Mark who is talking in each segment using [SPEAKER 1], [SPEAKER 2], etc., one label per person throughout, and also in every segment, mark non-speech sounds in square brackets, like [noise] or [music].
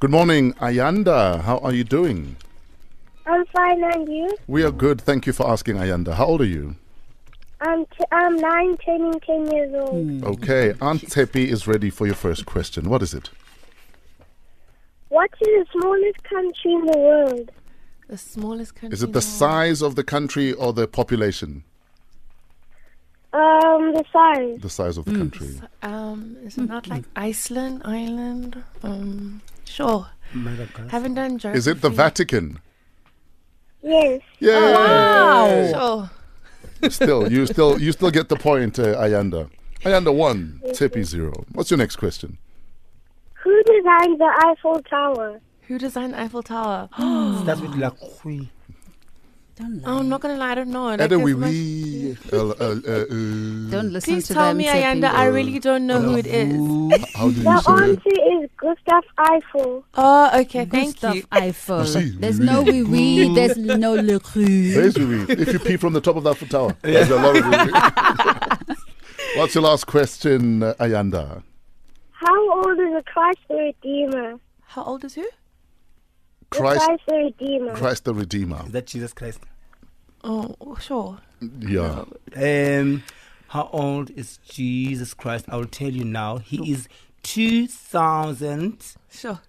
[SPEAKER 1] Good morning, Ayanda. How are you doing?
[SPEAKER 2] I'm fine, and you?
[SPEAKER 1] We are good. Thank you for asking, Ayanda. How old are you?
[SPEAKER 2] I'm t- I'm nine, turning ten years old.
[SPEAKER 1] Hmm. Okay, Aunt Tepi is ready for your first question. What is it?
[SPEAKER 2] What is the smallest country in the world?
[SPEAKER 3] The smallest country.
[SPEAKER 1] Is it
[SPEAKER 3] in
[SPEAKER 1] the
[SPEAKER 3] world.
[SPEAKER 1] size of the country or the population?
[SPEAKER 2] Um, the size.
[SPEAKER 1] The size of the country.
[SPEAKER 3] Um, is it not like
[SPEAKER 4] Mm-hmm.
[SPEAKER 3] Iceland, Ireland? Um, sure. Haven't done geography.
[SPEAKER 1] Is it the Vatican?
[SPEAKER 2] Yes.
[SPEAKER 1] Yeah.
[SPEAKER 3] Sure.
[SPEAKER 1] still, you still, you still get the point, uh, Ayanda. Ayanda one, Tepi zero. What's your next question?
[SPEAKER 2] Who designed the Eiffel Tower?
[SPEAKER 3] Who designed Eiffel
[SPEAKER 4] [gasps]
[SPEAKER 3] Tower?
[SPEAKER 5] Starts with La Croix.
[SPEAKER 4] Don't lie.
[SPEAKER 3] Oh, I'm not gonna lie, I don't know. Like,
[SPEAKER 1] Ada
[SPEAKER 3] there's
[SPEAKER 1] wee
[SPEAKER 3] much-
[SPEAKER 1] wee. Uh, uh, uh, uh.
[SPEAKER 4] Don't listen
[SPEAKER 3] Please
[SPEAKER 4] to
[SPEAKER 3] tell
[SPEAKER 4] them.
[SPEAKER 3] me,
[SPEAKER 4] Tshepi.
[SPEAKER 3] Ayanda. I really don't know who it is.
[SPEAKER 1] How do
[SPEAKER 2] The
[SPEAKER 1] you say it?
[SPEAKER 2] answer is Gustav Eiffel.
[SPEAKER 3] Oh, okay. Thank
[SPEAKER 4] Gustav
[SPEAKER 3] you.
[SPEAKER 4] Eiffel.
[SPEAKER 1] see,
[SPEAKER 4] There's
[SPEAKER 1] we
[SPEAKER 4] no
[SPEAKER 1] really
[SPEAKER 4] wee wee.
[SPEAKER 5] Mm.
[SPEAKER 4] There's no Le Cru.
[SPEAKER 1] There's wee wee. If you pee from the top of that tower, there's a lot of wee wee.
[SPEAKER 5] [laughs]
[SPEAKER 1] What's your last question, uh, Ayanda?
[SPEAKER 2] How old is the Christ the Redeemer?
[SPEAKER 3] How old is who?
[SPEAKER 2] The
[SPEAKER 1] Christ,
[SPEAKER 2] Christ the Redeemer.
[SPEAKER 1] Christ the Redeemer.
[SPEAKER 5] Is that Jesus Christ?
[SPEAKER 3] Oh, sure.
[SPEAKER 1] Yeah.
[SPEAKER 5] Um, how old is Jesus Christ? I will tell you now. He is two thousand.
[SPEAKER 3] Sure.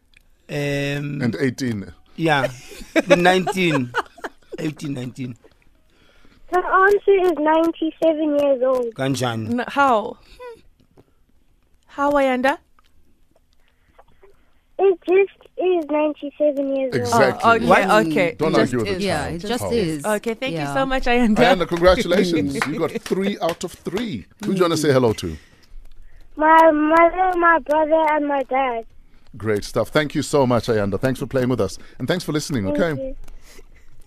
[SPEAKER 5] Um,
[SPEAKER 1] And 18.
[SPEAKER 5] yeah, 19, 18, 19.
[SPEAKER 2] The answer is 97 years old.
[SPEAKER 5] Ganjan.
[SPEAKER 4] Hmm.
[SPEAKER 3] No, how? How, Ayanda?
[SPEAKER 2] It just is 97 years old.
[SPEAKER 1] Exactly.
[SPEAKER 3] Oh, okay.
[SPEAKER 5] What?
[SPEAKER 3] Okay.
[SPEAKER 1] Don't
[SPEAKER 3] Just
[SPEAKER 1] argue with
[SPEAKER 3] is.
[SPEAKER 1] the
[SPEAKER 4] Yeah, it
[SPEAKER 1] child.
[SPEAKER 4] just
[SPEAKER 1] Oh.
[SPEAKER 4] is.
[SPEAKER 3] Okay. Thank you
[SPEAKER 4] Yeah.
[SPEAKER 3] so much, Ayanda.
[SPEAKER 1] Ayanda,
[SPEAKER 5] [laughs]
[SPEAKER 1] congratulations. you got three out of three. Who do you want to say hello to?
[SPEAKER 2] My mother, my brother, and my dad.
[SPEAKER 1] Great stuff. Thank you so much, Ayanda. Thanks for playing with us. And thanks for listening,
[SPEAKER 2] Thank
[SPEAKER 1] okay?
[SPEAKER 2] you.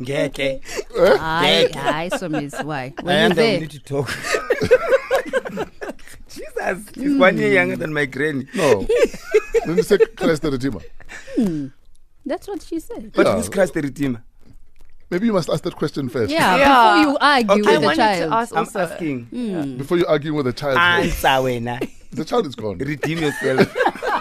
[SPEAKER 5] Yeah, okay.
[SPEAKER 4] Aye, aye, so Miss Why? When
[SPEAKER 5] Ayanda, we
[SPEAKER 4] you there,
[SPEAKER 5] need to talk. [laughs] Jesus, he's one year younger than my granny.
[SPEAKER 1] No. Let me say Christ the Redeemer.
[SPEAKER 4] that's what she said.
[SPEAKER 5] But
[SPEAKER 1] Yeah.
[SPEAKER 5] who's Christ the Redeemer?
[SPEAKER 1] Maybe you must ask that question first
[SPEAKER 4] Yeah,
[SPEAKER 3] Yeah.
[SPEAKER 4] before you argue
[SPEAKER 5] Okay.
[SPEAKER 3] I
[SPEAKER 4] with the
[SPEAKER 3] wanted
[SPEAKER 4] child. Mm.
[SPEAKER 3] to ask
[SPEAKER 5] I'm
[SPEAKER 3] also.
[SPEAKER 5] asking.
[SPEAKER 1] before you argue with the child.
[SPEAKER 5] Answer, wena.
[SPEAKER 1] The child is gone.
[SPEAKER 5] [laughs] Redeem yourself.
[SPEAKER 3] Uh,